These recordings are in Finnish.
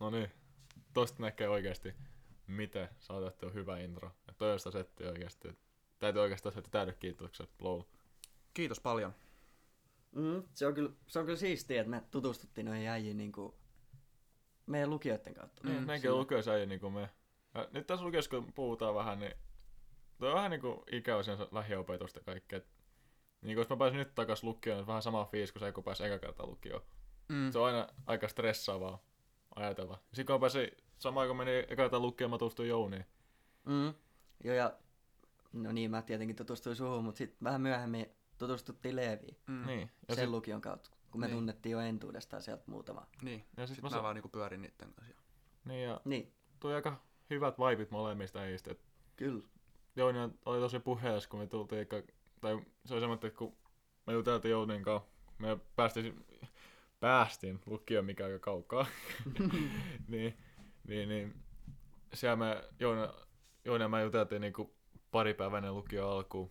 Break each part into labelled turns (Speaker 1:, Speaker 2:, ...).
Speaker 1: No niin, tosta näkee oikeasti, miten sä oot tehty hyvä intro. Ja toi on sitä settiä oikeasti. Täytyy oikeastaan että täydy kiitokset, lol.
Speaker 2: Kiitos paljon.
Speaker 3: Mm, se, on kyllä, se on kyllä siistiä, että me tutustuttiin noihin äijiin niin kuin meidän lukijoiden kautta.
Speaker 1: Mm, Näinkin lukee sä niin kuin me. Ja nyt tässä lukiossa kun puhutaan vähän, niin toi on vähän niin kuin ikävä sinänsä lähiopetusta kaikkea. Et Niin kuin jos mä pääsin nyt takas lukioon, niin vähän sama fiilis kuin se, kun pääsi eka kertaa lukioon.
Speaker 2: Mm.
Speaker 1: Se on aina aika stressaavaa ajatella. Sitten kun mä pääsin, samaan kun meni eka kertaa lukioon, mä tutustuin Jouniin.
Speaker 3: Mm. Joo, ja no niin, mä tietenkin tutustuin suhun, mutta sitten vähän myöhemmin tutustuttiin Leeviin
Speaker 2: Mm.
Speaker 1: Niin. Ja
Speaker 3: sen
Speaker 1: sit,
Speaker 3: lukion kautta, kun me
Speaker 2: Niin.
Speaker 3: niin. tunnettiin jo entuudestaan sieltä muutama.
Speaker 2: Niin.
Speaker 1: ja sit
Speaker 2: Sitten
Speaker 1: mä,
Speaker 2: mä
Speaker 1: sa-
Speaker 2: vaan niinku pyörin niitten kanssa.
Speaker 1: niin ja
Speaker 3: Niin,
Speaker 1: tuli aika hyvät vaipit molemmista äijistä. Et
Speaker 3: kyllä.
Speaker 1: Jouni niin on- oli tosi puheessa, kun me tultiin, eka- tai se oli semmoinen, että kun me juteltiin Jounin kanssa, me päästiin, päästiin lukioon, mikä aika kaukaa, niin, niin, niin, siellä me Jouni, Jouni ja mä juteltiin niinku pari päivää ennen lukion alkuun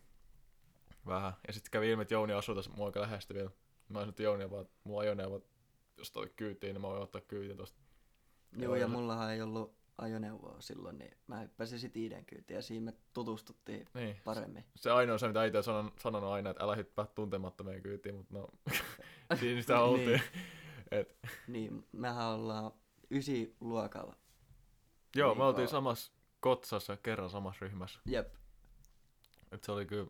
Speaker 1: vähän, ja sitten kävi ilmi, että Jouni asuu tässä mua aika lähestä vielä. Mä sanoin, että Jouni vaan, mulla ajoneuvo, jos toi kyytiin, niin mä voin ottaa kyytiä tosta.
Speaker 3: Joo, ja
Speaker 1: ja-
Speaker 3: mullahan ei ollut ajoneuvoa silloin, niin mä hyppäsin sit Iiden kyytiin ja siinä me tutustuttiin
Speaker 1: Niin,
Speaker 3: paremmin.
Speaker 1: se ainoa se, mitä itse on sanon- sanonut aina, että älä hyppää tuntemattomien kyytiin, mutta no, siinä sitä oltiin.
Speaker 3: Niin.
Speaker 1: Et,
Speaker 3: Niin, mehän ollaan ysi luokalla.
Speaker 1: joo,
Speaker 3: Niin
Speaker 1: me oltiin
Speaker 3: kauan.
Speaker 1: samassa kotsassa kerran samassa ryhmässä.
Speaker 3: Jep.
Speaker 1: Et se oli kyllä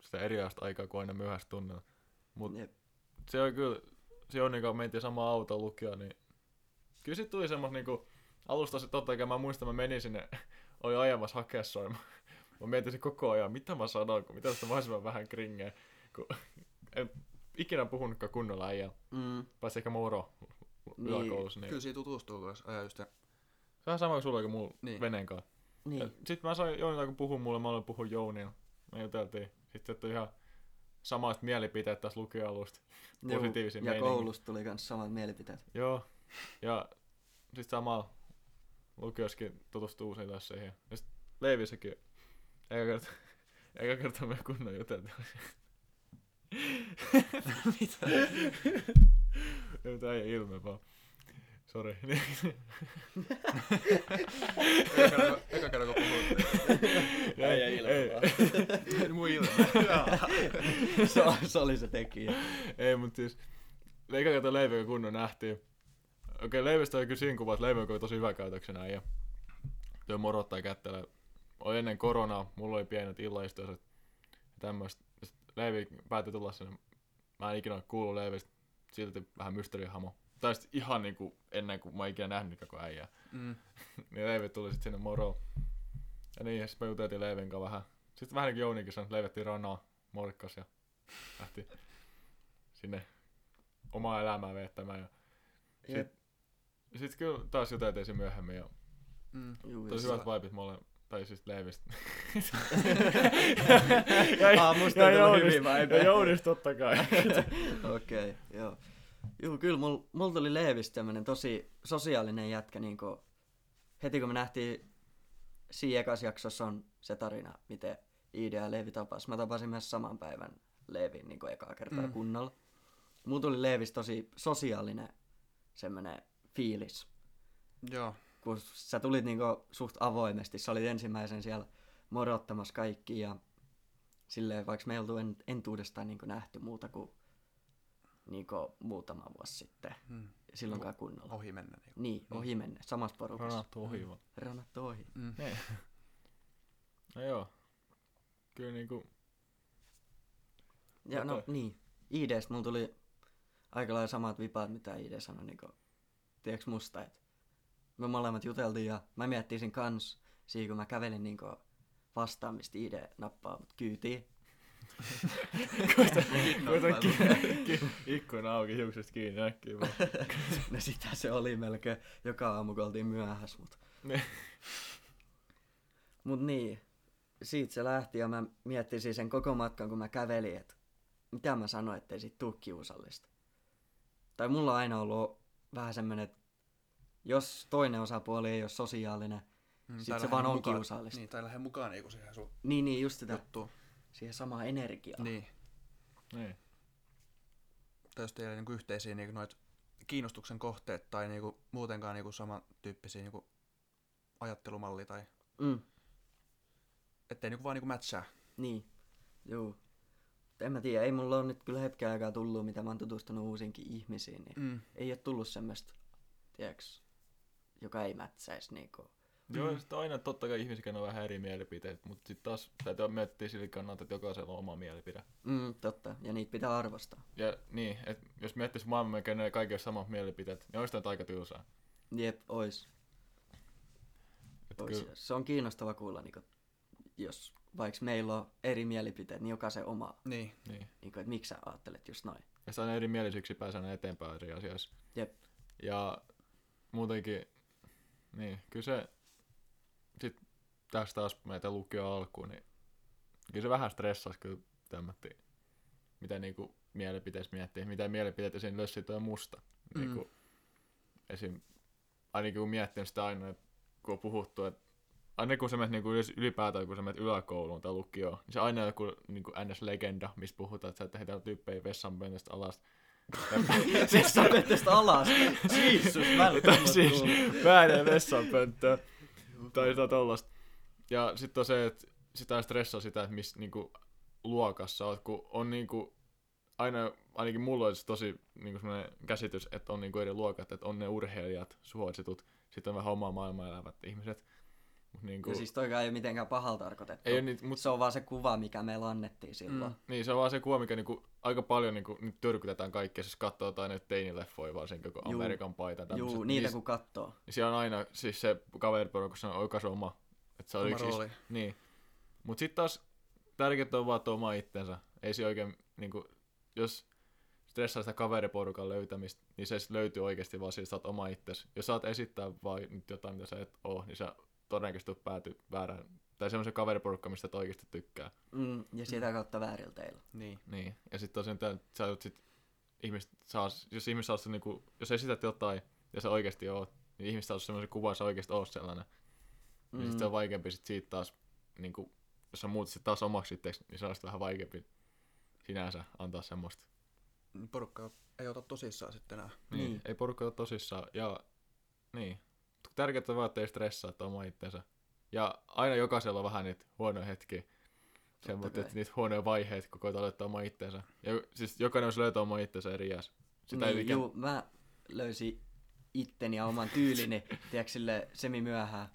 Speaker 1: sitä erilaista aikaa kuin aina myöhässä tunnella. Mut-
Speaker 3: Jep.
Speaker 1: Se oli kyllä, se on niin kun mentiin samaan autoon lukioon, niin kyllä sit tuli semmos niinku, alusta se totta kai mä muistan, mä menin sinne, oli ajamassa hakessoin. Mä, mä mietin se koko ajan, mitä mä sanon, kun mitä tästä mahdollisimman vähän kringeä, kun en ikinä puhunutkaan kunnolla äijä.
Speaker 3: Mm,
Speaker 1: Pääsi ehkä moro
Speaker 3: Niin,
Speaker 1: yläkoulussa.
Speaker 2: Niin.
Speaker 1: Niin.
Speaker 2: Kyllä siinä tutustuu myös ajajusten.
Speaker 1: Se on sama kuin sulla, kuin mulla
Speaker 2: Niin.
Speaker 1: niin. veneen kanssa.
Speaker 3: niin,
Speaker 1: Sitten mä sain Jounilta, kun puhun mulle, mä olen puhun Jounilla. Me juteltiin. Sitten että ihan samat mielipiteet tässä lukioalusta.
Speaker 3: juu,
Speaker 1: positiivisin
Speaker 3: Niin. ja
Speaker 1: meininki.
Speaker 3: koulusta tuli myös samat mielipiteet.
Speaker 1: Joo. Ja sitten sama lukioskin tutustuu usein taas siihen. Ja sitten Leivissäkin. Eikä kerta, eikä kerta me kunnon juteltiin.
Speaker 2: Mitä?
Speaker 1: Nyt ei ilme vaan. Sori. Niin.
Speaker 2: Eka kerran- Eka kerran kun puhuttiin.
Speaker 1: Ei, ei ilme ei, vaan.
Speaker 2: Ei mun ilme.
Speaker 3: se, oli- se oli se tekijä.
Speaker 1: Ei, mutta siis eikä kato Leivi, kun kunnon nähtiin. Okei, Leivistä oli kyllä siinä kuva, että Leivi oli tosi hyvä käytöksen äijä. Työ morottaa kättellä. Oli ennen koronaa, mulla oli pienet illaistuiset ja tämmöistä. Leivi päätti tulla sinne. Mä en ikinä ole kuullut Leivistä, silti vähän mysteerihamo. Tai sit ihan niinku ennen kuin mä oon ikinä nähnyt koko äijää.
Speaker 2: Mm.
Speaker 1: Niin Leivi tuli sitten sinne moro. Ja niin, ja sitten me juteltiin Leivin kanssa vähän. Sitten vähän niin kuin Jounikin sanoi, että leivettiin ranaa, morkkas ja lähti sinne omaa elämää viettämään. Ja
Speaker 3: Jep.
Speaker 1: sitten sit kyllä taas juteltiin sen myöhemmin ja
Speaker 2: Mm.
Speaker 3: Juu,
Speaker 1: tosi
Speaker 3: ja
Speaker 1: hyvät
Speaker 3: se-
Speaker 1: vaipit mulle, tai siis Leivistä.
Speaker 3: Aa, musta ei tullut hyvin
Speaker 1: Ja
Speaker 3: vibeja.
Speaker 1: Jounista totta kai.
Speaker 3: Okei, okay, joo. Joo, kyllä mul, mul tuli Leevis tämmönen tosi sosiaalinen jätkä, niin kun, heti kun me nähtiin siinä ekas jaksossa on se tarina, miten Iida ja Leevi tapas. Mä tapasin myös saman päivän Leevin niin ekaa kertaa
Speaker 2: Mm.
Speaker 3: mm. kunnolla. Mulla tuli Leevis tosi sosiaalinen semmonen fiilis,
Speaker 2: Joo.
Speaker 3: kun sä tulit niin suht avoimesti. Sä olit ensimmäisen siellä morottamassa kaikki ja silleen, vaikka me ei oltu en, entuudestaan niin nähty muuta kuin, niin muutama vuosi sitten,
Speaker 2: Mm.
Speaker 3: silloinkaan kunnolla.
Speaker 2: Ohi mennä. Niinku.
Speaker 3: Niin, ohi menne, samassa porukassa.
Speaker 1: Ranattu ohi vaan.
Speaker 3: Ranat ohi.
Speaker 2: Mm.
Speaker 1: No joo. Kyllä niinku,
Speaker 3: Ja no
Speaker 1: Okei.
Speaker 3: niin, IDstä mulla tuli aika lailla samat vipaat, mitä ID sanoi, niin kuin, tiedätkö musta, että me molemmat juteltiin ja mä miettin sen kans, siinä kun mä kävelin niin kuin, vastaan, mistä ID nappaa mut kyytiin.
Speaker 1: koitan ki- ki- ikkuna auki, hiukset kiinni äkkiä vaan.
Speaker 3: No sitä se oli melkein joka aamu, kun oltiin myöhässä, mut...
Speaker 1: Niin.
Speaker 3: mut niin, siitä se lähti ja mä miettisin sen koko matkan, kun mä kävelin, että mitä mä sanoin, ettei siitä tuu kiusallista. Tai mulla on aina ollut vähän semmonen, että jos toinen osapuoli ei ole sosiaalinen,
Speaker 2: Mm,
Speaker 3: Sit
Speaker 2: tai
Speaker 3: se
Speaker 2: lähde
Speaker 3: vaan on
Speaker 2: mukaan-
Speaker 3: kiusallista.
Speaker 2: Niin, tai lähde mukaan niinku siihen sun
Speaker 3: niin niin just sitä,
Speaker 2: juttuun.
Speaker 3: siihen samaan energiaan.
Speaker 2: Niin.
Speaker 1: Niin.
Speaker 2: Tai jos teillä niinku yhteisiä niinku noit kiinnostuksen kohteet tai niinku muutenkaan niinku samantyyppisiä niinku ajattelumallia tai
Speaker 3: Mm,
Speaker 2: ettei niinku vaan niinku mätsää.
Speaker 3: niin. Juu. Mut En mä tiedä, ei mulla on nyt kyllä hetken aikaa tullut, mitä mä oon tutustunut uusinkin ihmisiin, niin
Speaker 2: Mm.
Speaker 3: ei ole tullut semmoista, tiedäks, joka ei mätsäisi niinku.
Speaker 1: Joo, ja sitten aina totta kai ihmisikään on vähän eri mielipiteet, mutta sitten taas täytyy miettiä sillä kannalta, että jokaisella on oma mielipide.
Speaker 3: Mm, totta. Ja niitä pitää arvostaa.
Speaker 1: Ja niin, että jos miettis maailmaa, kenellä kaikilla on samat mielipiteet, niin olisi tämä nyt aika tylsää.
Speaker 3: Jep, ois.
Speaker 1: Et
Speaker 3: ois.
Speaker 1: kyllä,
Speaker 3: Se on kiinnostava kuulla, niinku, jos vaikka meillä on eri mielipiteet, niin jokaisen oma,
Speaker 2: Niin.
Speaker 1: niin.
Speaker 3: niinku, että miksi sä ajattelet just noin.
Speaker 1: Ja sitä aina eri mielisyyksiä pääsee aina eteenpäin eri asioissa.
Speaker 3: Jep.
Speaker 1: Ja muutenkin, niin, kyllä se, sit tästä taas meitä lukio alkuun, niin kyllä se vähän stressasi kyllä tämmötti, mitä niinku mielipiteessä miettii, mitä mielipiteet esim. lössi toi musta.
Speaker 2: Mm.
Speaker 1: Mm. Niinku, esim. ainakin kun miettinyt sitä aina, että kun on puhuttu, että aina kun sä menet niinku ylös- ylipäätään, kun sä menet yläkouluun tai lukioon, niin se aina on joku niinku NS-legenda, missä puhutaan, että sä tehdään tyyppejä vessanpöntöstä alas.
Speaker 3: Sessa tästä alas. Jeesus, mä en
Speaker 1: tai siis päälle vessanpönttöön. tai jotain tollasta. Ja sitten on se, että sitä stressaa sitä, että missä niinku, luokassa oot, kun on niinku, aina, ainakin mulla olisi tosi niinku, semmoinen käsitys, että on niinku, eri luokat, että on ne urheilijat, suositut, sitten on vähän omaa maailmaa elävät ihmiset. Mut, niinku,
Speaker 3: Ja siis toikaan ei ole mitenkään pahalla tarkoitettu.
Speaker 1: ei ole niitä,
Speaker 3: Mut
Speaker 1: mut,
Speaker 3: se on vaan se kuva, mikä meillä annettiin silloin. Mm.
Speaker 1: niin, se on vaan se kuva, mikä niinku, aika paljon niinku, nyt tyrkytetään kaikkea, siis katsoo jotain näitä teinileffoja varsinkin, kun
Speaker 3: Juu.
Speaker 1: Amerikan paita tämmöset,
Speaker 3: Juu,
Speaker 1: niin
Speaker 3: niitä
Speaker 1: s-
Speaker 3: kun kattoo.
Speaker 1: niin siellä on aina siis se kaveriporukassa on oikaisu oma. Että se on
Speaker 2: Oma
Speaker 1: yksi is-
Speaker 2: rooli.
Speaker 1: Niin. Mut sit taas tärkeintä on vaan että on oma itsensä. Ei se oikein, niinku, jos stressaa sitä kaveriporukan löytämistä, niin se sit löytyy oikeasti vaan siitä, että sä oot oma itsesi. Jos saat esittää vaan nyt jotain, mitä sä et oo, niin sä todennäköisesti pääty väärään. Tai semmoisen kaveriporukka, mistä et oikeasti tykkää.
Speaker 3: Mm, ja sitä kautta vääriltä teillä.
Speaker 2: Niin.
Speaker 1: Niin. Ja sit tosiaan tää, sä oot sit, ihmiset saa, jos ihmiset saa sun niinku, jos esität jotain, ja sä oikeasti oot, niin ihmiset saa semmoisen kuvan, että sä oikeasti oot sellainen. Mm. Niin sit se on vaikeampi sit siitä taas, niin kuin, jos sä muutat sit taas omaksi itseksi, niin se on sit vähän vaikeampi sinänsä antaa semmoista.
Speaker 2: Porukka ei ota tosissaan sitten enää.
Speaker 1: Niin.
Speaker 3: Niin.
Speaker 1: niin. Ei porukka ole tosissaan. Ja niin. Mut Tärkeintä on vaan, että ei stressaa, että on oma itsensä. Ja aina jokaisella on vähän niitä huonoja hetkiä. Sen, mutta
Speaker 3: kai.
Speaker 1: että niitä huonoja vaiheita, kun koetaan löytää oma itsensä. Ja siis jokainen voisi löytää oma itsensä eri iässä. Sitä
Speaker 3: niin,
Speaker 1: ei ikinä...
Speaker 3: juu, mä löysin itteni ja oman tyylini, tiedätkö, sille semi myöhään.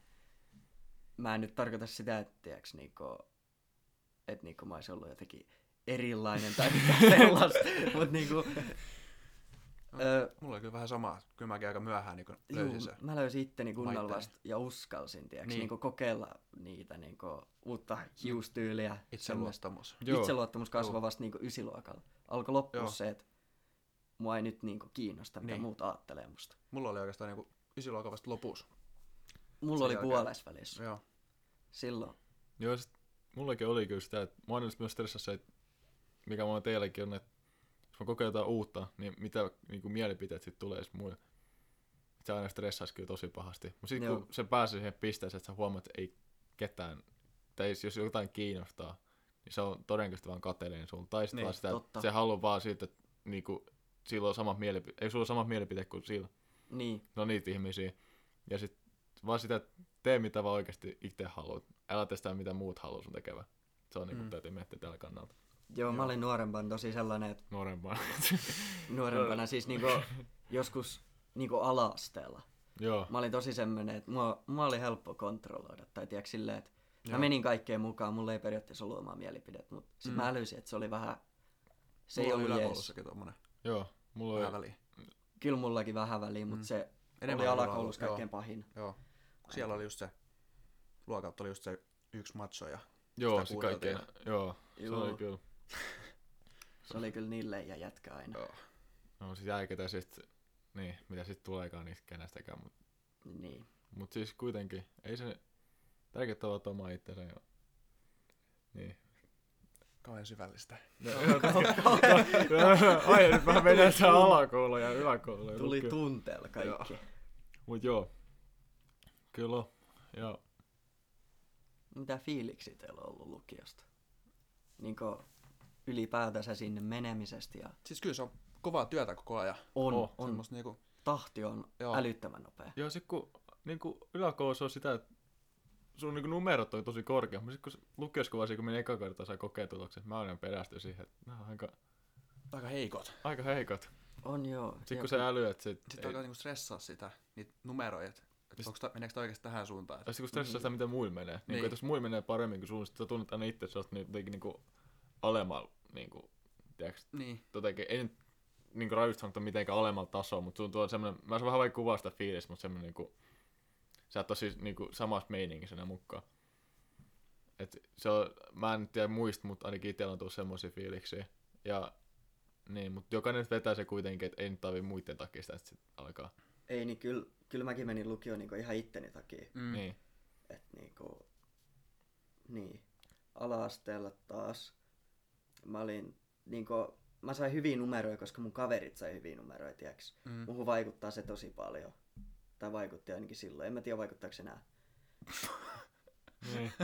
Speaker 3: Mä en nyt tarkoita sitä, että tiedätkö, niinku, et niinku mä ois ollut jotenkin erilainen tai mitään sellaista, mut niinku, ö,
Speaker 2: Mulla oli kyllä vähän samaa. Kyllä mäkin aika myöhään niin löysin
Speaker 3: juu,
Speaker 2: sen.
Speaker 3: mä löysin itteni kunnolla
Speaker 2: Vaihtele.
Speaker 3: vasta ja uskalsin, tiedätkö,
Speaker 2: Niin.
Speaker 3: niinku kokeilla niitä niinku, uutta hiustyyliä. semmoista.
Speaker 2: Itseluottamus.
Speaker 1: Joo.
Speaker 3: Itseluottamus kasvoi
Speaker 2: Joo.
Speaker 3: vasta niinku ysiluokalla. Alkoi loppua
Speaker 2: Joo.
Speaker 3: se, että mua ei nyt niinku kiinnosta, mitä
Speaker 2: Niin.
Speaker 3: muut ajattelee musta.
Speaker 2: Mulla oli oikeastaan niinku ysiluokan vasta lopussa.
Speaker 3: Mulla
Speaker 2: Sen
Speaker 3: oli
Speaker 2: jälkeen-
Speaker 3: puolesvälissä
Speaker 2: Joo.
Speaker 3: silloin.
Speaker 1: Joo, sit mullakin oli kyllä sitä, että mä aina myös stressassa se, että mikä mä oon teilläkin on, että jos mä kokeen jotain uutta, niin mitä niin kuin mielipiteet sitten tulee sit muille. Et Se aina stressaisi kyllä tosi pahasti. Mutta sitten
Speaker 3: Joo.
Speaker 1: kun se pääsee siihen pisteeseen, että sä huomaat, että ei ketään, tai siis jos jotain kiinnostaa, niin se on todennäköisesti vaan kateellinen sun. Tai sitten
Speaker 2: Niin,
Speaker 1: niin, vaan sitä,
Speaker 3: totta.
Speaker 1: että se haluaa vaan siitä, että niin kuin, sillä on samat mielipiteet, ei sulla ole samat mielipiteet kuin sillä.
Speaker 3: Niin,
Speaker 1: No niitä ihmisiä. Ja sitten vaan sitä, että tee mitä vaan oikeasti itse haluat. Älä tee sitä, mitä muut haluaa sun tekevän. Se on niinku,
Speaker 2: Mm.
Speaker 1: mm. täytyy miettiä tällä kannalta.
Speaker 3: joo, mä olin nuorempana tosi sellainen, että
Speaker 1: Nuorempaa.
Speaker 3: nuorempana siis niinku joskus niinku ala-asteella.
Speaker 1: Joo.
Speaker 3: Mä olin tosi semmoinen, että mua, mua oli helppo kontrolloida. Tai tiedätkö silleen, että mä
Speaker 2: Joo.
Speaker 3: menin kaikkeen mukaan, mulla ei periaatteessa ollut omaa mielipidet, mutta sit
Speaker 2: Mm.
Speaker 3: mä älysin, että se oli vähän, se ei
Speaker 2: Mulla oli
Speaker 3: ollut jees.
Speaker 2: yläkoulussakin tommonen.
Speaker 1: Joo. Mulla
Speaker 2: Vähän
Speaker 1: oli...
Speaker 2: väliin.
Speaker 3: Kyllä mullakin vähän väliä, mutta
Speaker 2: Mm.
Speaker 3: se
Speaker 2: Enemmän
Speaker 3: oli
Speaker 2: oli
Speaker 3: alakoulussa
Speaker 2: yläkoulu,
Speaker 3: kaikkein pahin.
Speaker 2: Joo. Siellä oli just se, luokalta oli just se yksi matso ja
Speaker 1: Joo,
Speaker 2: sitä
Speaker 1: sit kaikkea.
Speaker 2: kuunneltiin
Speaker 1: Joo. Se
Speaker 3: Juu.
Speaker 1: oli kyllä.
Speaker 3: Se oli kyllä niille ja jätkä aina.
Speaker 2: Joo.
Speaker 1: No sit jäikätä sit... Niin, mitä sit tuleekaan niistä kenestäkään. Mut,
Speaker 3: Niin.
Speaker 1: mut siis kuitenkin, ei se... Tärkeintä on että oma itsensä jo. Niin.
Speaker 2: kauhean syvällistä.
Speaker 1: No, joo, tärkeä- Ai, nyt mä menen sen alakouluun ja yläkouluun. ja
Speaker 3: Tuli
Speaker 1: lukioon.
Speaker 3: tunteella kaikki.
Speaker 1: Mut joo. Kyllä. on. Ja
Speaker 3: Mitä fiiliksi teillä on ollut lukiosta? Niinkö ylipäätänsä sinne menemisestä ja...
Speaker 2: Siis kyllä se on kovaa työtä koko ajan.
Speaker 3: On,
Speaker 1: Oh,
Speaker 3: oh, on.
Speaker 2: Semmosta niinku,
Speaker 3: Tahti on
Speaker 2: Joo.
Speaker 3: Joo. älyttömän nopea.
Speaker 1: Joo, sit kun niinku yläkoulussa on sitä, että sun niinku numerot on tosi korkea, mutta sit kun s- lukiossa kun varsinkin, kun meni eka kertaa sai kokeetulokset, mä aina perästyin siihen, että nämä on aika,
Speaker 2: aika heikot.
Speaker 1: aika heikot.
Speaker 3: On joo.
Speaker 1: Sit
Speaker 3: Ja-
Speaker 1: kun sä älyät, sit,
Speaker 2: Sitten
Speaker 1: sit ei,
Speaker 2: alkaa niinku stressaa sitä, niitä numeroja, että et
Speaker 1: Mist-
Speaker 2: onko ta, meneekö tämä oikeasti tähän suuntaan.
Speaker 1: ja
Speaker 2: Et,
Speaker 1: sit kun stressaa sitä, miten muilla menee. Niin.
Speaker 2: Niin.
Speaker 1: Niin. Että jos muilla menee paremmin kuin sun, sit sä tunnet aina itse, että sä oot nyt jotenkin niinku alemmalla, niinku, tiiäks,
Speaker 2: niin,
Speaker 1: jotenkin, ei nyt niinku rajusti sanottuna mitenkään alemmalla tasolla, mutta sun tuo semmonen, mä en vähän vaikka kuvaa sitä fiilistä, mutta semmonen niinku, sä et oo siis niinku samassa meiningissä enää mukaan. Et se on, mä en nyt tiedä muista, mutta ainakin itsellä on tullut semmosia fiiliksiä. Ja niin, mutta jokainen nyt vetää se kuitenkin, että ei nyt tarvii muiden takia sitä, että sit alkaa.
Speaker 3: Ei niin, kyllä, kyllä mäkin menin lukioon niin ihan itteni takia.
Speaker 2: mm, niin.
Speaker 1: Niin,
Speaker 3: Et niinku, niin. Ala-asteella taas mä olin, niinku, mä sain hyviä numeroja, koska mun kaverit sai hyviä numeroja, tiiäks.
Speaker 2: Mm,
Speaker 3: Muuhun vaikuttaa se tosi paljon. Tai vaikutti ainakin silloin. En mä tiedä vaikuttaako se enää.
Speaker 1: niin.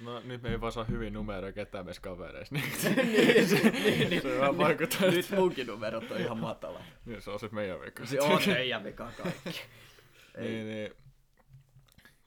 Speaker 1: No nyt me ei vaan saa hyvin numeroja ketään meissä kavereissa, niin
Speaker 3: niin, se, niin, niin.
Speaker 1: se vähän vaikuttaa.
Speaker 3: Nyt munkin numerot on ihan matala.
Speaker 1: Niin, se on se meidän vika.
Speaker 3: Se on teidän vika kaikki. Ei.
Speaker 1: Niin, niin.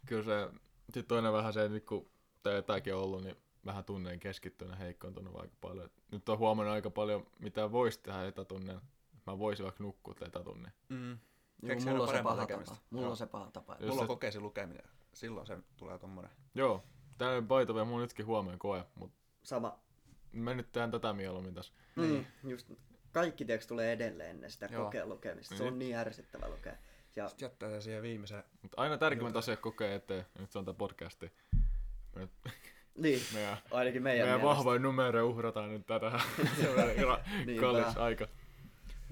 Speaker 1: Kyllä se, sit toinen vähän se, nyt kun tätäkin on ollut, niin vähän tunneen keskittynä heikkoontunut aika paljon. Et Nyt on huomannut aika paljon, mitä voisi tehdä etätunnen. Mä voisin vaikka nukkua etätunnin.
Speaker 2: mm.
Speaker 3: Joo,
Speaker 2: Keksiä
Speaker 3: mulla on se
Speaker 2: parempaa
Speaker 3: paha
Speaker 2: tekemistä.
Speaker 3: tapa. Mulla
Speaker 2: Joo.
Speaker 3: on se paha tapa.
Speaker 1: Jos
Speaker 2: Mulla on
Speaker 1: et-
Speaker 2: kokeisi lukeminen. Silloin se tulee tommonen.
Speaker 1: Joo, tällainen paito vielä mulla nytkin huomenna koe, mutta
Speaker 3: Sama.
Speaker 1: mä nyt teen tätä mieluummin tässä.
Speaker 3: Mm. Just, kaikki tiiäks tulee edelleen ennen sitä
Speaker 2: Joo.
Speaker 3: kokeen lukemista. Se
Speaker 1: Niin.
Speaker 3: on niin ärsyttävä lukea. Ja
Speaker 2: Sitten jättää sen siihen viimeiseen.
Speaker 1: Mutta aina tärkeimmät asiat kokee eteen, ja nyt se on tämä podcasti. Nyt
Speaker 3: niin,
Speaker 1: meidän,
Speaker 3: ainakin meidän,
Speaker 1: meidän
Speaker 3: mielestä.
Speaker 1: vahvoin numero uhrataan nyt tätä ra-
Speaker 3: Niinpä.
Speaker 1: kallis aika.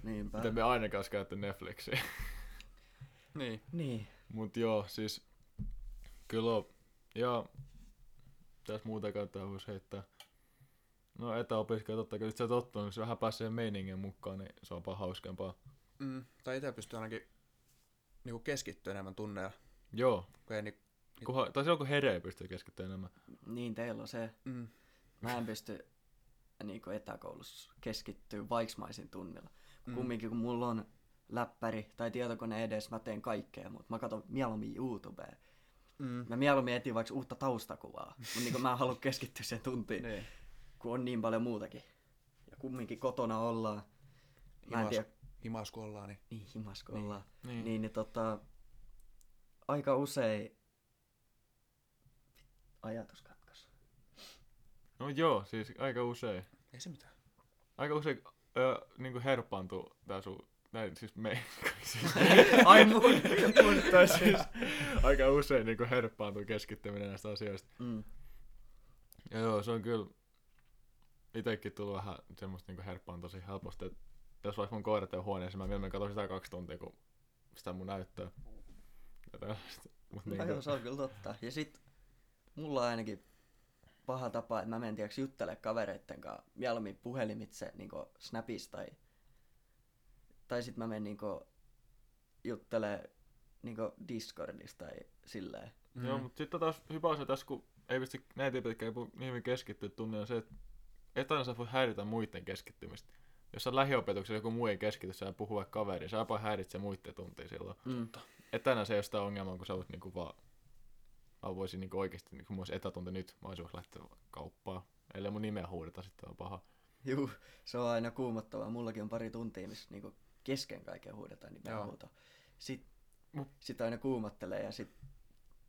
Speaker 3: Niinpä.
Speaker 1: Miten me ainakaan olisi käytetty Netflixiä.
Speaker 2: Niin.
Speaker 3: Niin.
Speaker 1: Mut joo, siis kyllä on. Ja tässä muutenkaan tää voisi heittää. No etäopiskelu totta kai, sit sä oot tottunut, kun se vähän pääsee siihen meiningin mukaan, niin se on vaan hauskempaa.
Speaker 2: Mm. Tai itse pystyy ainakin niinku keskittyä enemmän tunneja.
Speaker 1: Joo,
Speaker 2: Kun ei niinku,
Speaker 1: kunhan, tai silloin kun heree pystyy keskittymään enemmän.
Speaker 3: Niin teillä on se.
Speaker 2: mm.
Speaker 3: Mä en pysty niin etäkoulussa keskittyä vaiksmaisin tunnilla.
Speaker 2: Mm.
Speaker 3: Mm. Kumminkin kun mulla on läppäri tai tietokone edes, mä teen kaikkea, mutta mä katson mieluummin YouTubea.
Speaker 2: Mm.
Speaker 3: Mä mieluummin etsin vaikka uutta taustakuvaa, mutta niin mä en halua keskittyä sen tuntiin,
Speaker 2: Niin.
Speaker 3: kun on niin paljon muutakin. Ja kumminkin kotona ollaan. Mä en
Speaker 2: Himas,
Speaker 3: tiedä,
Speaker 2: himas kun ollaan, niin
Speaker 3: niin himas kun ollaan.
Speaker 1: Niin.
Speaker 3: Niin, niin tota, aika usein ajatus katkas.
Speaker 1: No joo, siis aika usein.
Speaker 2: ei se mitään.
Speaker 1: Aika usein öö, niinku herppaantuu tää sun, näin siis me. siis,
Speaker 3: Ai mun, mun
Speaker 1: tai siis aika usein niinku herppaantuu keskittyminen näistä asioista.
Speaker 3: Mm.
Speaker 1: Ja joo, se on kyllä itekin tullut vähän semmoista niinku herppaan tosi helposti. Et jos vaikka mun koirat on huoneessa, mä mieluummin katson sitä kaksi tuntia, kun sitä mun näyttöä. Ja tällaista. Mut
Speaker 3: No
Speaker 1: niinku,
Speaker 3: joo, se on kyllä totta. Ja sit mulla on ainakin paha tapa, että mä menen tiiäks juttele kavereitten kanssa mieluummin puhelimitse niin Snapissa tai, tai sit mä menen niin juttelee niin Discordista tai silleen.
Speaker 1: mm. joo, mutta sitten taas hyvä asia tässä, kun ei pysty näitä pitkään niin hyvin keskittyä tunnin, on se, että et aina sä voi häiritä muiden keskittymistä. Jos sä lähiopetuksessa joku muu ei keskity, sä puhuu vaikka kaveriin, sä jopa häiritse muiden tuntia silloin.
Speaker 3: Mm.
Speaker 1: Etänä se ei ole sitä ongelmaa, kun sä oot niinku vaan... Mä voisin niinku oikeesti, niinku mulla olisi etätunti nyt, mä olisin vaikka lähteä kauppaan. Ellei mun nimeä huudeta, sitten on paha.
Speaker 3: Juu, se on aina kuumottavaa. Mullakin on pari tuntia, missä niinku kesken kaiken huudetaan nimeä
Speaker 2: Joo.
Speaker 3: huuto. Sit,
Speaker 1: Mut-
Speaker 3: sit aina kuumottelee ja sit...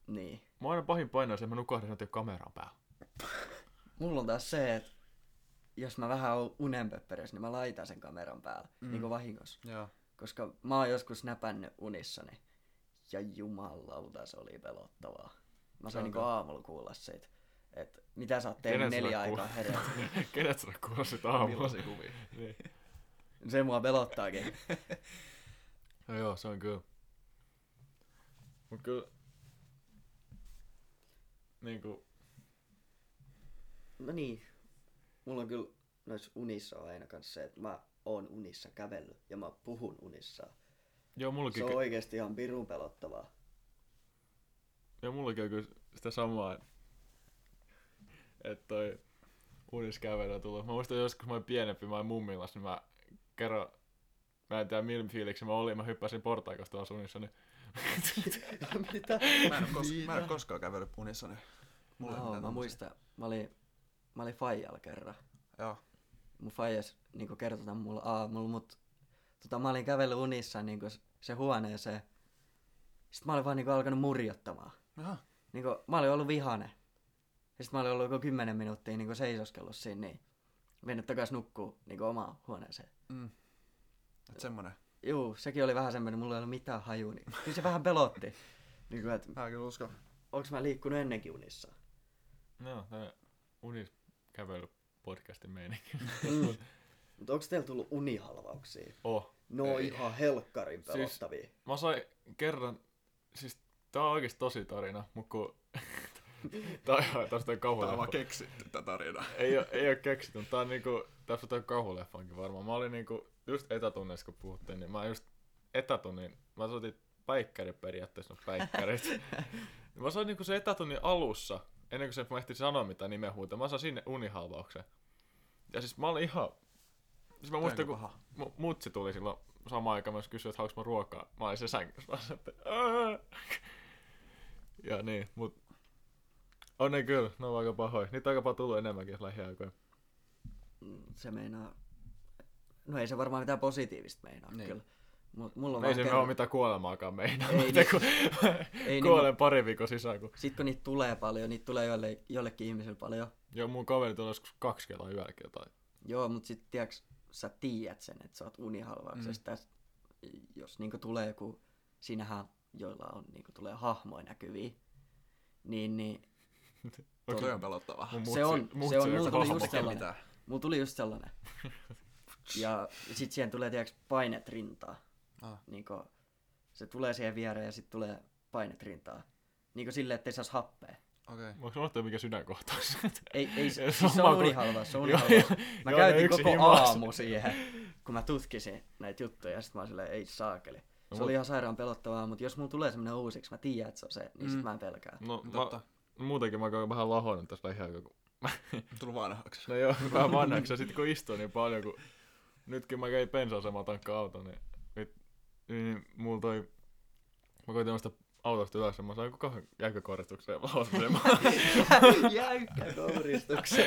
Speaker 3: Niin.
Speaker 1: Mä aina pahin paino on se, että mä nukahdan sen kameran päällä.
Speaker 3: Mulla on taas se, että jos mä vähän oon unenpöppörössä, niin mä laitan sen kameran päälle. Mm. Niin kuin vahingossa.
Speaker 2: Joo.
Speaker 3: Koska mä oon joskus näpännyt unissani. Ja jumalauta, se oli pelottavaa. Mä sain niinku aamulla kuulla siitä, että mitä sä oot tehnyt
Speaker 1: Kenen sä
Speaker 3: neljä
Speaker 1: olet
Speaker 3: aikaa
Speaker 1: kuullut?
Speaker 3: herätä.
Speaker 1: Kenet sä kuvasit aamulla?
Speaker 2: Millaisia kuvia?
Speaker 1: niin.
Speaker 3: Se mua pelottaakin.
Speaker 1: no joo, se on kyllä. Mut kyllä... Niinku...
Speaker 3: No niin. Mulla on kyllä noissa unissa on aina kanssa se, että mä oon unissa kävellyt ja mä puhun unissa.
Speaker 1: Joo, mullakin,
Speaker 3: Se on
Speaker 1: ky-
Speaker 3: oikeesti ihan pirun pelottavaa.
Speaker 1: joo, mullakin on kyllä sitä samaa. Että toi uudiskävelä tullut. Mä muistan joskus, kun mä olin pienempi, mä olin mummilassa, niin mä kerran, mä en tiedä millä fiiliksi mä olin, mä hyppäsin portaikosta asunissa, niin
Speaker 3: Mitä?
Speaker 2: Mä en, ole kos- mä en
Speaker 3: Mitä?
Speaker 2: ole koskaan kävellyt unissa, niin mulla ei
Speaker 3: Joo,
Speaker 2: mitään
Speaker 3: mä
Speaker 2: tommosia.
Speaker 3: muistan. Mä olin, mä olin Fajalla kerran.
Speaker 2: Joo,
Speaker 3: Mun Fajas niinku kertoi tän mulle aamulla, mut tota, mä olin kävellyt unissa niinku s- se huoneeseen. Sitten mä olin vaan niinku alkanut murjottamaan.
Speaker 2: Jaha.
Speaker 3: Niinku, mä olin ollut vihane. Ja sit mä olin ollut joku 10 minuuttia niinku seisoskellut siinä, niin mennyt takas nukkuu niinku omaan huoneeseen.
Speaker 2: Mm. Et semmonen.
Speaker 3: Juu, sekin oli vähän semmoinen, mulla ei ollut mitään haju, niin kyllä se vähän pelotti. Niinku, et,
Speaker 2: Mä kyllä uskon.
Speaker 3: onks mä liikkunut ennenkin unissa?
Speaker 1: no, tää uniskävely podcastin meininki.
Speaker 3: Mm. Mut onks teillä tullut unihalvauksia?
Speaker 1: Oh.
Speaker 3: No
Speaker 1: Ei.
Speaker 3: ihan helkkarin
Speaker 1: Siis-
Speaker 3: pelottavia. Siis...
Speaker 1: Mä sain kerran, siis tää on oikeesti tosi tarina, mut kun... tää on ihan tästä
Speaker 2: Tää on
Speaker 1: kauhuleffa.
Speaker 2: vaan keksitty tää tarina.
Speaker 1: ei, oo, ei oo keksitty, mutta tää on niinku, tästä on kauhuleffankin varmaan. Mä olin niinku, just etätunneissa kun puhuttiin, niin mä just etätunnin, mä soitin päikkäri periaatteessa, no päikkärit. Niin mä sain niinku se etätunnin alussa, ennen kuin se mä ehtin sanoa mitä nimeä huutaa, mä sain sinne unihalvauksen. Ja siis mä olin ihan, siis mä
Speaker 3: niinku
Speaker 1: muistan kun
Speaker 2: paha.
Speaker 1: mu- mutsi tuli silloin samaan aikaan myös kysyä, että haluanko mä ruokaa. Mä olin se sängyssä, mä sanoin, että "Ää." Ja niin, mut on ne kyllä, ne on aika pahoja. Niitä on aika paljon tullut enemmänkin lähiaikoina.
Speaker 3: Se meinaa... No ei se varmaan mitään positiivista meinaa niin.
Speaker 2: Niin.
Speaker 3: kyllä. Mut mulla on
Speaker 1: Ei
Speaker 3: vaan
Speaker 1: se
Speaker 3: kerran-
Speaker 1: ole mitään kuolemaakaan meinaa,
Speaker 3: Ei
Speaker 1: ei,
Speaker 3: niin.
Speaker 1: kun
Speaker 3: Ei
Speaker 1: kuolen
Speaker 3: niinku-
Speaker 1: pari viikon sisään. Kun...
Speaker 3: Sit kun niitä tulee paljon, niitä tulee jolle, jollekin ihmiselle paljon.
Speaker 1: Joo, mun kaveri tuli joskus kaksi kertaa yölläkin jotain.
Speaker 3: Joo, mut sit tiiäks, sä tiedät sen, että sä oot unihalvauksesta. Mm. Jos niinku tulee joku, sinähän joilla on, niinku tulee hahmoja näkyviin, niin, niin
Speaker 2: Toi, toi on pelottavaa.
Speaker 1: Mun
Speaker 3: Se on-
Speaker 1: mutsi
Speaker 3: se on,
Speaker 1: joku
Speaker 3: mulla tuli
Speaker 1: hahmo.
Speaker 3: just
Speaker 2: Tekee
Speaker 3: sellainen.
Speaker 2: mitään.
Speaker 3: mulla tuli just sellainen. Ja sit siihen tulee tiiäks painet rintaa.
Speaker 2: Ah.
Speaker 3: Niinku, se tulee siihen viereen ja sit tulee painet rintaa. Niinku silleen, ettei saisi happea.
Speaker 2: Okei.
Speaker 1: Mä oonko unohtanut mikä sydänkohtaus?
Speaker 3: Ei, ei,
Speaker 1: Ei,
Speaker 3: siis se
Speaker 1: sama
Speaker 3: on
Speaker 1: kuin-
Speaker 3: unihalvaus, se on
Speaker 1: Joo,
Speaker 3: unihalvaus.
Speaker 1: joo,
Speaker 3: Mä
Speaker 1: joo, ne
Speaker 3: käytin
Speaker 1: yksi
Speaker 3: koko
Speaker 1: himas.
Speaker 3: aamu siihen, kun mä tutkisin näitä juttuja, ja sit mä oon silleen, ei saakeli.
Speaker 1: No
Speaker 3: Se oli
Speaker 1: mut-
Speaker 3: ihan sairaan pelottavaa, mutta jos mulla tulee semmonen uusiksi, mä tiedän, että se on se, niin sit
Speaker 2: Mm.
Speaker 3: mä en pelkää.
Speaker 1: No,
Speaker 2: Totta.
Speaker 1: mä, muutenkin mä oon vähän lahonnut tässä lähiaikoina, kun
Speaker 2: Tullut vanhaksi.
Speaker 1: No joo, vähän vanhaksi. Ja sit kun istuu niin paljon, kun nytkin mä kävin bensa-asemalla tankkaan auton, niin, nyt, niin, niin mulla toi... Mä koitin nostaa autosta ylös, ja mä sain kahden jäykkäkoristukseen valmiin.
Speaker 3: Jäykkä kouristuksen.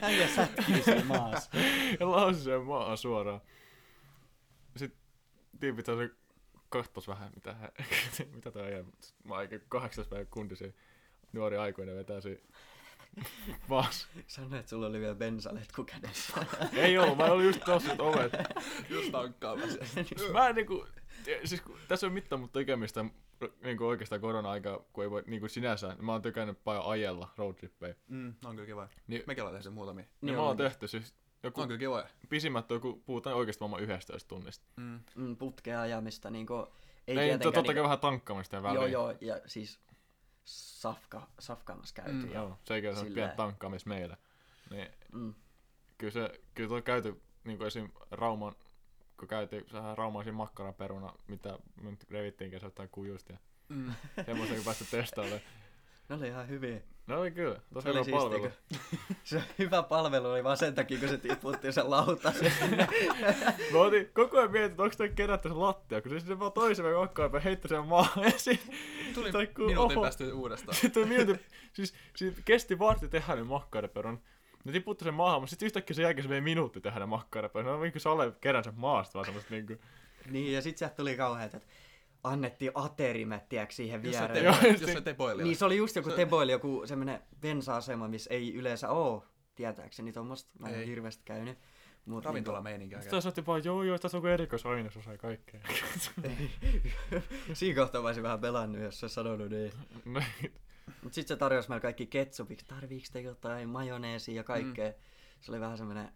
Speaker 3: Äijä sätkii siinä maassa.
Speaker 1: ja lausin sen maahan suoraan. Sitten tiipit se kattos vähän, mitä, hän- mitä tää jäi. Mä oikein kahdeksas päivä kundisi nuori aikuinen vetää siinä maassa.
Speaker 3: Sano, että sulla oli vielä bensaletku kädessä. Niin
Speaker 1: Ei ollut, mä olin just tossa ovet.
Speaker 2: Just tankkaamassa.
Speaker 1: Mä en niinku, siis kun, tässä on mitään mutta tekemistä niinku oikeastaan korona-aikaa, kun ei voi niinku sinänsä, niin mä oon tykännyt paljon ajella roadtrippejä.
Speaker 2: Mm, on kyllä kiva.
Speaker 1: Niin,
Speaker 2: Mekin ollaan tehty muutamia.
Speaker 1: niin
Speaker 3: Niin
Speaker 1: mä oon
Speaker 3: on.
Speaker 1: tehty siis joku,
Speaker 2: On kyllä kivoja.
Speaker 1: pisimmät on joku, puhutaan oikeasti varmaan 11 tunnista.
Speaker 2: Mm.
Speaker 3: Mm, Putkea ajamista, niinku,
Speaker 1: Ei, ei
Speaker 3: ei,
Speaker 1: to,
Speaker 3: tietenkään...
Speaker 1: totta kai
Speaker 3: niinku-
Speaker 1: vähän tankkaamista ja väliin.
Speaker 3: Joo, joo, ja siis safka, safkaamassa käyty.
Speaker 2: Mm,
Speaker 3: ja,
Speaker 1: Joo, sekin on
Speaker 3: Silleen.
Speaker 1: pieni tankkaamis meillä. Niin,
Speaker 3: mm,
Speaker 1: kyllä se, kyllä toi käyty, niinku esim. Rauman, kun käytiin, sehän Rauman siinä makkaraperuna, mitä me nyt revittiin kesä jotain kujusta ja
Speaker 2: Mm.
Speaker 1: semmoista, kun päästiin testaamaan.
Speaker 3: ne oli ihan hyviä.
Speaker 1: No oli kyllä, tosi
Speaker 3: Se oli
Speaker 1: hyvä
Speaker 3: siistiä,
Speaker 1: palvelu.
Speaker 3: kun- Se hyvä palvelu oli vaan sen takia, kun se tiputti sen lautasen sinne.
Speaker 1: Mä otin koko ajan mietin, että onko toi kerätty se lattia, kun se sinne vaan toisen verran koko ajan heitti sen maahan ja sit,
Speaker 2: Tuli
Speaker 1: Tai kun-
Speaker 2: minuutin
Speaker 1: oho.
Speaker 2: päästä uudestaan.
Speaker 1: sit toi mietin, siis, siis kesti vartti tehdä ne makkaraperun. Ne tiputti sen maahan, mutta sitten yhtäkkiä se jälkeen se vei minuutti tehdä ne makkaraperun. No niinku sale kerän sen maasta vaan semmoista niinku.
Speaker 3: Niin, ja sit sieltä tuli kauheat, että annettiin aterimet, tiedätkö, siihen
Speaker 2: Jos se
Speaker 3: viereen.
Speaker 1: Joo,
Speaker 2: teboili. Jos
Speaker 1: se-
Speaker 2: se teboili.
Speaker 3: Niin
Speaker 2: Niin,
Speaker 3: se oli just joku teboili, joku semmonen bensa-asema, missä ei yleensä oo, tietääkseni tommosta. Mä en ole
Speaker 2: Ei.
Speaker 3: hirveästi käynyt. Mut
Speaker 2: niin Ravintola meininkiä.
Speaker 1: Sitten sanottiin vaan, joo joo, tässä on kuin erikoisainesosa ja kaikkea.
Speaker 3: niinku, siinä kohtaa mä olisin vähän pelannut, jos se olisi sanonut niin.
Speaker 1: No,
Speaker 3: Mut sit se tarjosi meille kaikki ketsupiksi, tarviiks te jotain, majoneesia ja kaikkea. Mm. Se oli vähän semmonen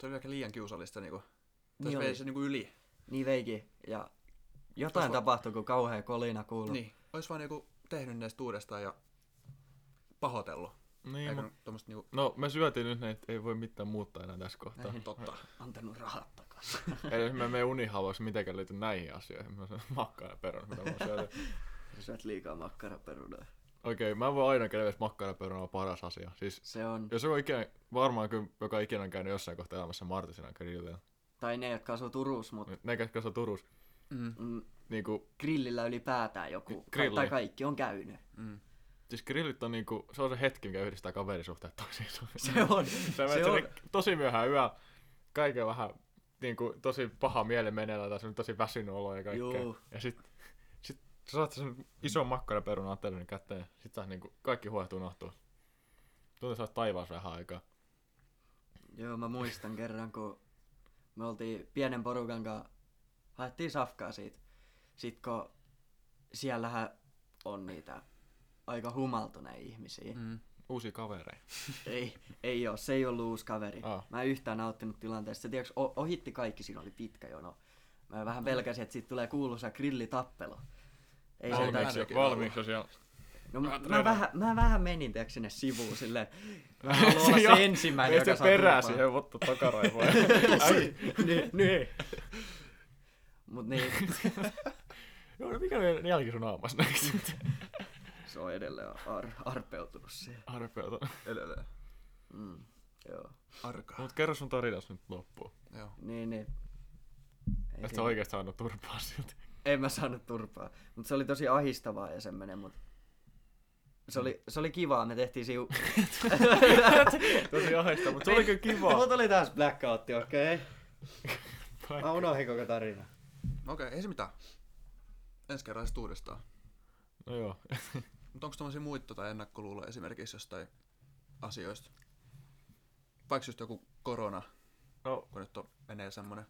Speaker 2: Se oli ehkä liian kiusallista niinku.
Speaker 3: Niin
Speaker 2: Tässä
Speaker 3: oli.
Speaker 2: vei se niinku yli.
Speaker 3: Niin veikin. Ja jotain
Speaker 2: Ois va-
Speaker 3: tapahtui, kun kauhea kolina kuului.
Speaker 2: Niin. Ois vaan niinku tehnyt näistä uudestaan ja pahoitellut.
Speaker 1: niin,
Speaker 2: Eikä
Speaker 1: mut,
Speaker 2: tommoset niinku
Speaker 1: no me syötiin nyt näitä, ei voi mitään muuttaa enää tässä kohtaa.
Speaker 2: totta.
Speaker 3: Antanut rahat takaisin.
Speaker 1: Eli me menen unihaluaksi mitenkään liity näihin asioihin. Mä sanon makkaraperun, mitä mä oon syönyt.
Speaker 3: Syöt liikaa makkaraperunaa.
Speaker 1: Okei, mä voin aina käydä, että makkaraperuna on paras asia. Siis
Speaker 3: Se on.
Speaker 1: Jos on ikinä, varmaan kyllä joka ikinä on käynyt jossain kohtaa elämässä Martisina grillillä.
Speaker 3: tai ne, jotka asuu Turussa, mutta
Speaker 1: Ne ketkä on Turus,
Speaker 2: Mm.
Speaker 3: mm,
Speaker 1: niinku,
Speaker 3: grillillä ylipäätään joku,
Speaker 1: Gr- grilli.
Speaker 3: tai kaikki on käynyt.
Speaker 2: Mm.
Speaker 1: siis grillit on niinku, se on se hetki, mikä yhdistää kaverisuhteet toisiinsa.
Speaker 3: Se on,
Speaker 1: Mm. Sä menet
Speaker 3: se on,
Speaker 1: sinne tosi myöhään yöllä, kaiken vähän niinku, tosi paha mieli meneillään tai semmonen tosi väsynyt olo ja kaikkea.
Speaker 3: Juu.
Speaker 1: Ja sit, sit sä saat sen ison makkaraperunan aterian käteen, sit taas niinku, kaikki huolet unohtuu. Tuntuu, että sä oot taivaassa vähän aikaa.
Speaker 3: Joo, mä muistan kerran, kun me oltiin pienen porukan kanssa, haettiin safkaa siitä. Sitten kun siellähän on niitä aika humaltuneita ihmisiä. Mm.
Speaker 2: Mm.
Speaker 1: Uusia kavereita.
Speaker 3: Ei, ei oo, se ei ollut uusi kaveri.
Speaker 1: Aa.
Speaker 3: Mä en yhtään nauttinut tilanteesta. Se tiiäks, o- ohitti kaikki, siinä oli pitkä jono. Mä vähän pelkäsin, että siitä tulee kuuluisa grillitappelu. Ei
Speaker 2: Ai, tää-
Speaker 3: se
Speaker 1: Valmiiksi,
Speaker 2: täälläkin
Speaker 1: valmiiksi on siellä.
Speaker 3: No, mä, mä,
Speaker 1: treenaan.
Speaker 3: vähän, mä vähän menin tiiäks, sinne sivuun silleen. Mä haluan olla se ensimmäinen,
Speaker 1: Ei
Speaker 3: joka
Speaker 1: se
Speaker 3: saa
Speaker 1: perää
Speaker 3: turpaan.
Speaker 1: siihen, mutta takaraivoa.
Speaker 3: niin, niin. Mut niin,
Speaker 1: Joo, no mikä ne jälki sun aamassa näkisi?
Speaker 3: se on edelleen ar- arpeutunut siihen.
Speaker 1: Arpeuta.
Speaker 2: Edelleen.
Speaker 3: Mm, joo.
Speaker 2: Arkaa.
Speaker 1: Mut kerro sun tarinas nyt loppuun.
Speaker 2: Joo.
Speaker 3: Niin, niin. Ei
Speaker 1: Et sä
Speaker 3: siinä-
Speaker 1: oikeesti saanut turpaa silti.
Speaker 3: En mä saanut turpaa. Mut se oli tosi ahistavaa ja semmonen, mut... Se oli, se oli kivaa, me tehtiin siu...
Speaker 1: Tosi ahista, mut se oli kyllä kiva.
Speaker 3: Mut oli taas blackoutti, okei? Okay? Mä
Speaker 1: Black-
Speaker 3: unohdin koko tarina.
Speaker 2: No Okei, okay, ei se mitään. Ensi kerralla sitten uudestaan.
Speaker 1: No joo.
Speaker 2: Mutta onko tämmöisiä muita tai ennakkoluuloja esimerkiksi jostain asioista? Vaikka just joku korona,
Speaker 1: No,
Speaker 2: kun nyt on, menee semmonen.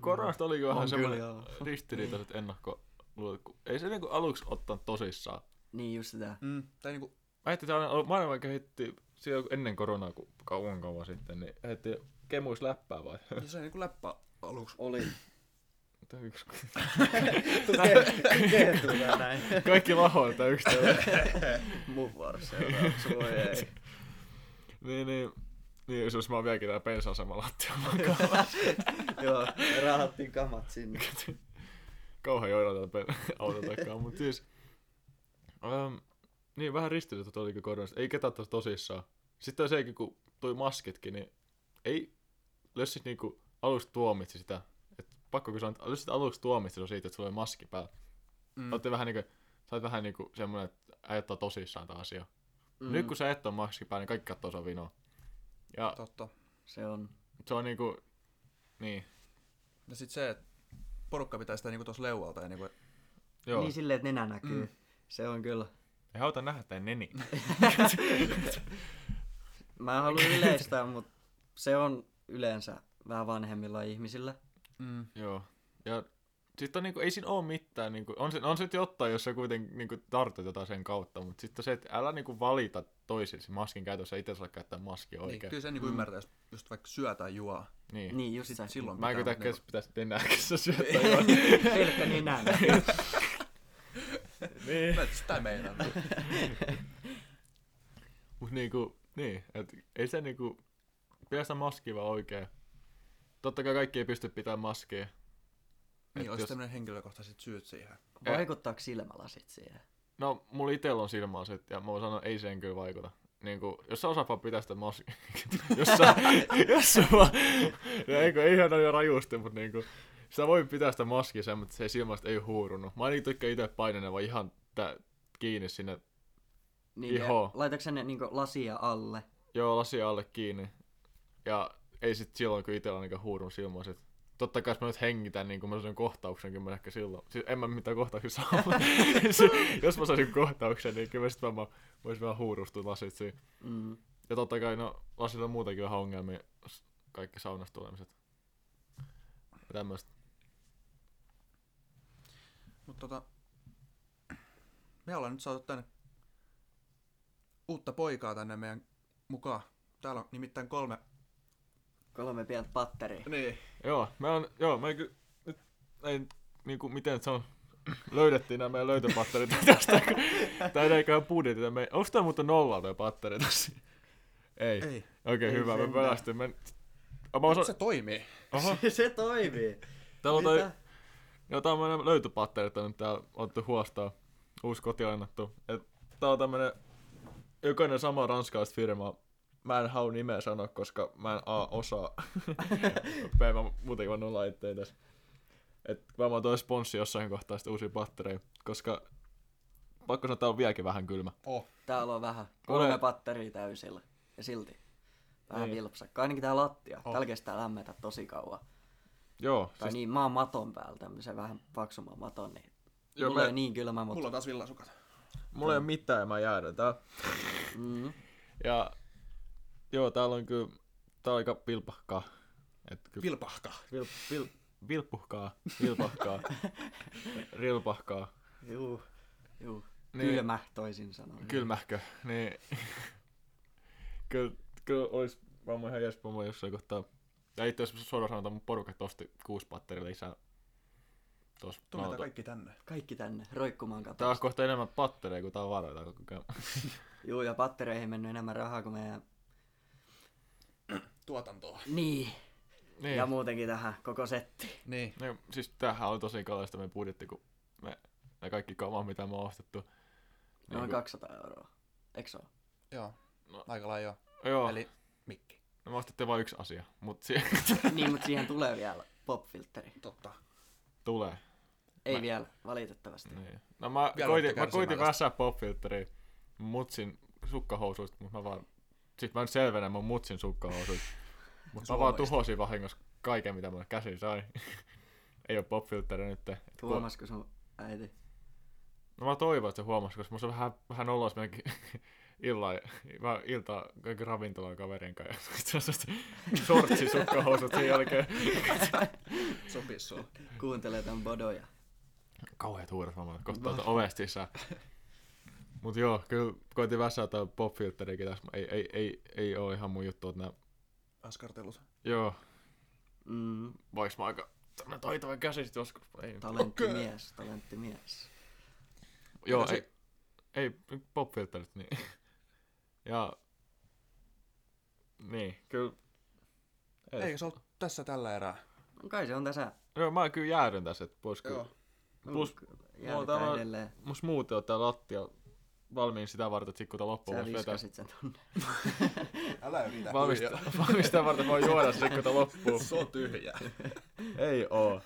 Speaker 1: koronasta oli kyllä
Speaker 3: On
Speaker 1: vähän
Speaker 3: kyllä,
Speaker 1: semmoinen
Speaker 3: joo.
Speaker 1: ristiriitaiset ennakkoluulet. kun Ei se niinku aluksi ottanut tosissaan. Niin just sitä.
Speaker 2: Mm. Tai niinku,
Speaker 1: Mä ajattelin, että aina- maailma kehitti silloin ennen koronaa, kun kauan kauan sitten, niin heitti kemuis läppää vai?
Speaker 2: niin se niinku läppä aluksi.
Speaker 3: Oli.
Speaker 1: Tää on yksi-
Speaker 3: Kehtuu tää näin.
Speaker 1: Kaikki lahoa tää yksi tällä.
Speaker 3: Mun varsin seuraavaksi, voi ei.
Speaker 1: Niin, niin. Niin, jos olisi mä oon vieläkin tää bensa-asemalla lattialla.
Speaker 3: Joo, me rahattiin kamat sinne.
Speaker 1: kauhean joidaan tätä auton takaa, mutta siis... Um, niin, vähän ristiriidat oli kyllä koronasta. Ei ketään tässä tosissaan. Sitten sekin, kun tuli maskitkin, niin ei lössit niinku aluksi tuomitsi sitä. Et pakko kyllä sanoa, että lössit aluksi tuomitsi sitä siitä, että sulla oli maski päällä.
Speaker 2: Mm.
Speaker 1: Mm. Otti vähän niinku, sä oot vähän niinku semmonen, että äijät on tosissaan tää asia. Mm. Nyt kun sä et oo maski päällä, niin kaikki kattoo sua vinoa. Ja
Speaker 2: Totta.
Speaker 3: Se on.
Speaker 1: se on niinku, niin,
Speaker 2: Ja sit se, että porukka pitää sitä niinku tossa leualta ja niinku,
Speaker 1: joo.
Speaker 3: Niin
Speaker 1: Niin,
Speaker 3: silleen, että nenä näkyy. Mm. Se on kyllä.
Speaker 1: ei haluta nähdä tän neni.
Speaker 3: Mä en halua yleistää, mutta se on yleensä vähän vanhemmilla ihmisillä.
Speaker 2: mm.
Speaker 1: Joo. Ja sitten niinku, ei siinä ole mitään, niinku, on, se, on se nyt jotain, jos sä kuitenkin niinku, tartut jotain sen kautta, mutta sitten se, että älä niinku, valita toisille se maskin käytössä, itse saa käyttää maskia
Speaker 2: niin,
Speaker 1: oikein.
Speaker 2: kyllä se niinku mm. ymmärtää, jos just vaikka syö tai juo.
Speaker 1: Niin. niin.
Speaker 3: Niin, just
Speaker 2: Sit
Speaker 3: se.
Speaker 2: silloin
Speaker 1: Mä en
Speaker 2: pitää,
Speaker 1: kyllä
Speaker 2: mut
Speaker 1: kes
Speaker 2: niinku,
Speaker 1: pitäisi mennä
Speaker 2: Niin.
Speaker 1: äkissä syöttää.
Speaker 3: Pelkkä nenä.
Speaker 1: niin.
Speaker 2: mä et sitä meinaa.
Speaker 1: Mut niinku, niin, et ei se niinku, pidä sitä maskia vaan oikein. Totta kai kaikki ei pysty pitämään maskia. Et
Speaker 2: niin, olisi
Speaker 1: jos-
Speaker 2: tämmönen henkilökohtaiset syyt siihen.
Speaker 3: Vaikuttaako silmälasit siihen?
Speaker 1: No, mulla itellä on silmälasit ja mä voin sanoa, ei sen kyllä vaikuta. Niinku, jos sä osaat vaan pitää sitä maskia. jos sä, jos sä vaan... No, eikö, ihan ole rajusti, mutta niinku... Sä voi pitää sitä maskia sen, mutta se silmästä ei huurunut. Mä ainakin tykkään itse painella vaan ihan tä, kiinni sinne.
Speaker 3: Niin,
Speaker 1: Iho.
Speaker 3: Laitatko ne niinku lasia alle?
Speaker 1: Joo, lasi alle kiinni. Ja ei sit silloin, kun itellä on niinku huurun silmälasit. Totta kai jos mä nyt hengitän niin mä saisin kohtauksen, kyllä mä ehkä silloin. Siis en mä mitään kohtauksia saa. mutta se- jos mä saisin kohtauksen, niin kyllä mä sit mä voisin vähän huurustua lasit siinä.
Speaker 3: Mm.
Speaker 1: Ja totta kai, no, lasilla on muutenkin vähän ongelmia, s- kaikki saunasta tulemiset. Ja tämmöistä.
Speaker 2: Mutta tota, me ollaan nyt saatu tänne uutta poikaa tänne meidän mukaan. Täällä on nimittäin kolme.
Speaker 3: Kolme pientä patteria.
Speaker 2: Niin.
Speaker 1: Joo, me on, joo, me ky, nyt, ei, nyt niinku, miten se on, löydettiin nämä meidän löytöpatterit tästä, kun- tai ei eiköhän budjetita me, onks tää muuten nolla toi patteri tässä? Ei, okei
Speaker 2: Ei.
Speaker 1: okay,
Speaker 3: Ei
Speaker 1: hyvä, me
Speaker 3: sentään.
Speaker 1: pelästyn, me, Ah, mä osaan,
Speaker 2: Se toimii.
Speaker 1: oho,
Speaker 3: se toimii.
Speaker 1: täällä on toi,
Speaker 3: Mitä?
Speaker 1: joo, tää on meidän löytöpatterit on nyt täällä otettu huostaa, uusi koti annettu, et tää on tämmönen, jokainen sama ranskalaista firmaa mä en hau nimeä sanoa, koska mä en A osaa. Päin mä muutenkin vaan nolla ittein tässä. Et varmaan toi sponssi jossain kohtaa sitten uusia pattereja, koska pakko sanoa, että tää on vieläkin vähän kylmä.
Speaker 2: Oh.
Speaker 3: Täällä on vähän. Kolme
Speaker 1: Ole-
Speaker 3: patteria täysillä. Ja silti. Vähän
Speaker 1: Niin.
Speaker 3: vilpsakka. Ainakin tää lattia.
Speaker 2: On.
Speaker 3: Täällä kestää lämmetä tosi kauan.
Speaker 1: Joo,
Speaker 3: Tai
Speaker 1: siis,
Speaker 3: niin, mä oon maton päällä, tämmöisen vähän paksumman maton, niin
Speaker 1: Joo,
Speaker 3: Joo, mulla
Speaker 1: mä-
Speaker 3: ei niin kylmä, mutta...
Speaker 2: Mulla on taas villasukat.
Speaker 1: mulla ei ole mitään ja mä jäädän tää.
Speaker 3: Mm.
Speaker 1: Ja joo, täällä on kyllä, tää on aika pilpahkaa. Et kyllä,
Speaker 2: Vilpahka.
Speaker 1: vil, vil, vilppuhkaa, vilpahkaa, rilpahkaa,
Speaker 3: Juu. Juu.
Speaker 1: Niin.
Speaker 3: Kylmä, toisin sanoen.
Speaker 1: kylmähkö, niin kyllä, kyllä olisi varmaan ihan jees pommo jossain kohtaa. Ja itse asiassa suoraan sanotaan, mun porukat osti kuusi patteria lisää. Tuossa
Speaker 2: Tunnetaan kaikki tänne.
Speaker 3: Kaikki tänne, roikkumaan
Speaker 1: Tää on
Speaker 3: katosta.
Speaker 1: kohta enemmän pattereja kuin tavaroita koko ajan.
Speaker 3: Juu, ja pattereihin mennyt enemmän rahaa kuin meidän...
Speaker 2: Tuotantoa.
Speaker 3: Niin.
Speaker 1: niin,
Speaker 3: niin. Ja muutenkin tähän, koko setti.
Speaker 2: Niin.
Speaker 1: niin, siis tämähän on tosi kallista meidän budjetti, kun me, ne kaikki kama, mitä me on ostettu.
Speaker 3: Noin
Speaker 1: Niinku-
Speaker 3: 200 euroa. Eikö se oo?
Speaker 2: Joo.
Speaker 1: No.
Speaker 2: Aika lailla joo.
Speaker 1: Joo.
Speaker 2: Eli mikki.
Speaker 1: No mä ostettiin vain yksi asia, mutta si-
Speaker 3: Niin, mutta siihen tulee vielä popfilteri.
Speaker 2: Totta.
Speaker 1: tulee.
Speaker 3: Ei
Speaker 1: Mä-
Speaker 3: vielä, valitettavasti.
Speaker 1: Niin. No mä
Speaker 2: Vielä
Speaker 1: koitin,
Speaker 2: olette
Speaker 1: mä koitin
Speaker 2: kärsimällä.
Speaker 1: väsää popfilteriä mutsin sukkahousuista, mutta mä vaan... Sit mä nyt selvenen mun mutsin sukkahousuista. Mutta mä vaan
Speaker 2: Suomalaista.
Speaker 1: tuhosin vahingossa kaiken, mitä mä käsin sain. Ei oo popfilteriä nyt. Et ku-
Speaker 3: Huomasiko sun äiti?
Speaker 1: No mä toivon, että se huomasi, koska musta on vähän, vähän olois meidänkin illalla, mä iltaa kaiken ravintolan kaverien kanssa. Sellaiset shortsi sukkahousut sen jälkeen.
Speaker 2: Sopis sulle.
Speaker 3: Kuuntelee tämän bodoja.
Speaker 1: kauheat huudot mä oon kohta tuolta ovesta sisään. Mut joo, kyllä koitin väsää tää popfilteriäkin tässä. Ei, ei, ei, ei oo ihan mun juttu, että nää...
Speaker 2: Askartelut.
Speaker 1: Joo,
Speaker 3: Mm,
Speaker 1: vaiks mä aika tämmönen taitava käsi sit joskus. Ei,
Speaker 3: talenttimies, talenttimies.
Speaker 1: joo,
Speaker 2: Mitä
Speaker 1: ei, ei popfilterit niin. Ja... Niin, kyllä... Ei.
Speaker 2: Eikö se ollut tässä tällä erää?
Speaker 3: No Kai se on tässä.
Speaker 1: Joo, no, mä kyllä jäädyn tässä, et pois kyllä.
Speaker 3: No,
Speaker 1: Plus-
Speaker 3: kyllä
Speaker 1: on
Speaker 3: jäädytään
Speaker 1: tämä-
Speaker 3: edelleen.
Speaker 1: Musta muuten on tää lattia valmiin sitä varten, että sit kun tää loppuu,
Speaker 3: Sä
Speaker 1: vois vetää.
Speaker 3: viskasit sen tonne.
Speaker 2: Älä yritä.
Speaker 1: Valmista, valmista varten voi juoda se, kun tää loppuu.
Speaker 2: Se on tyhjä.
Speaker 1: Ei oo.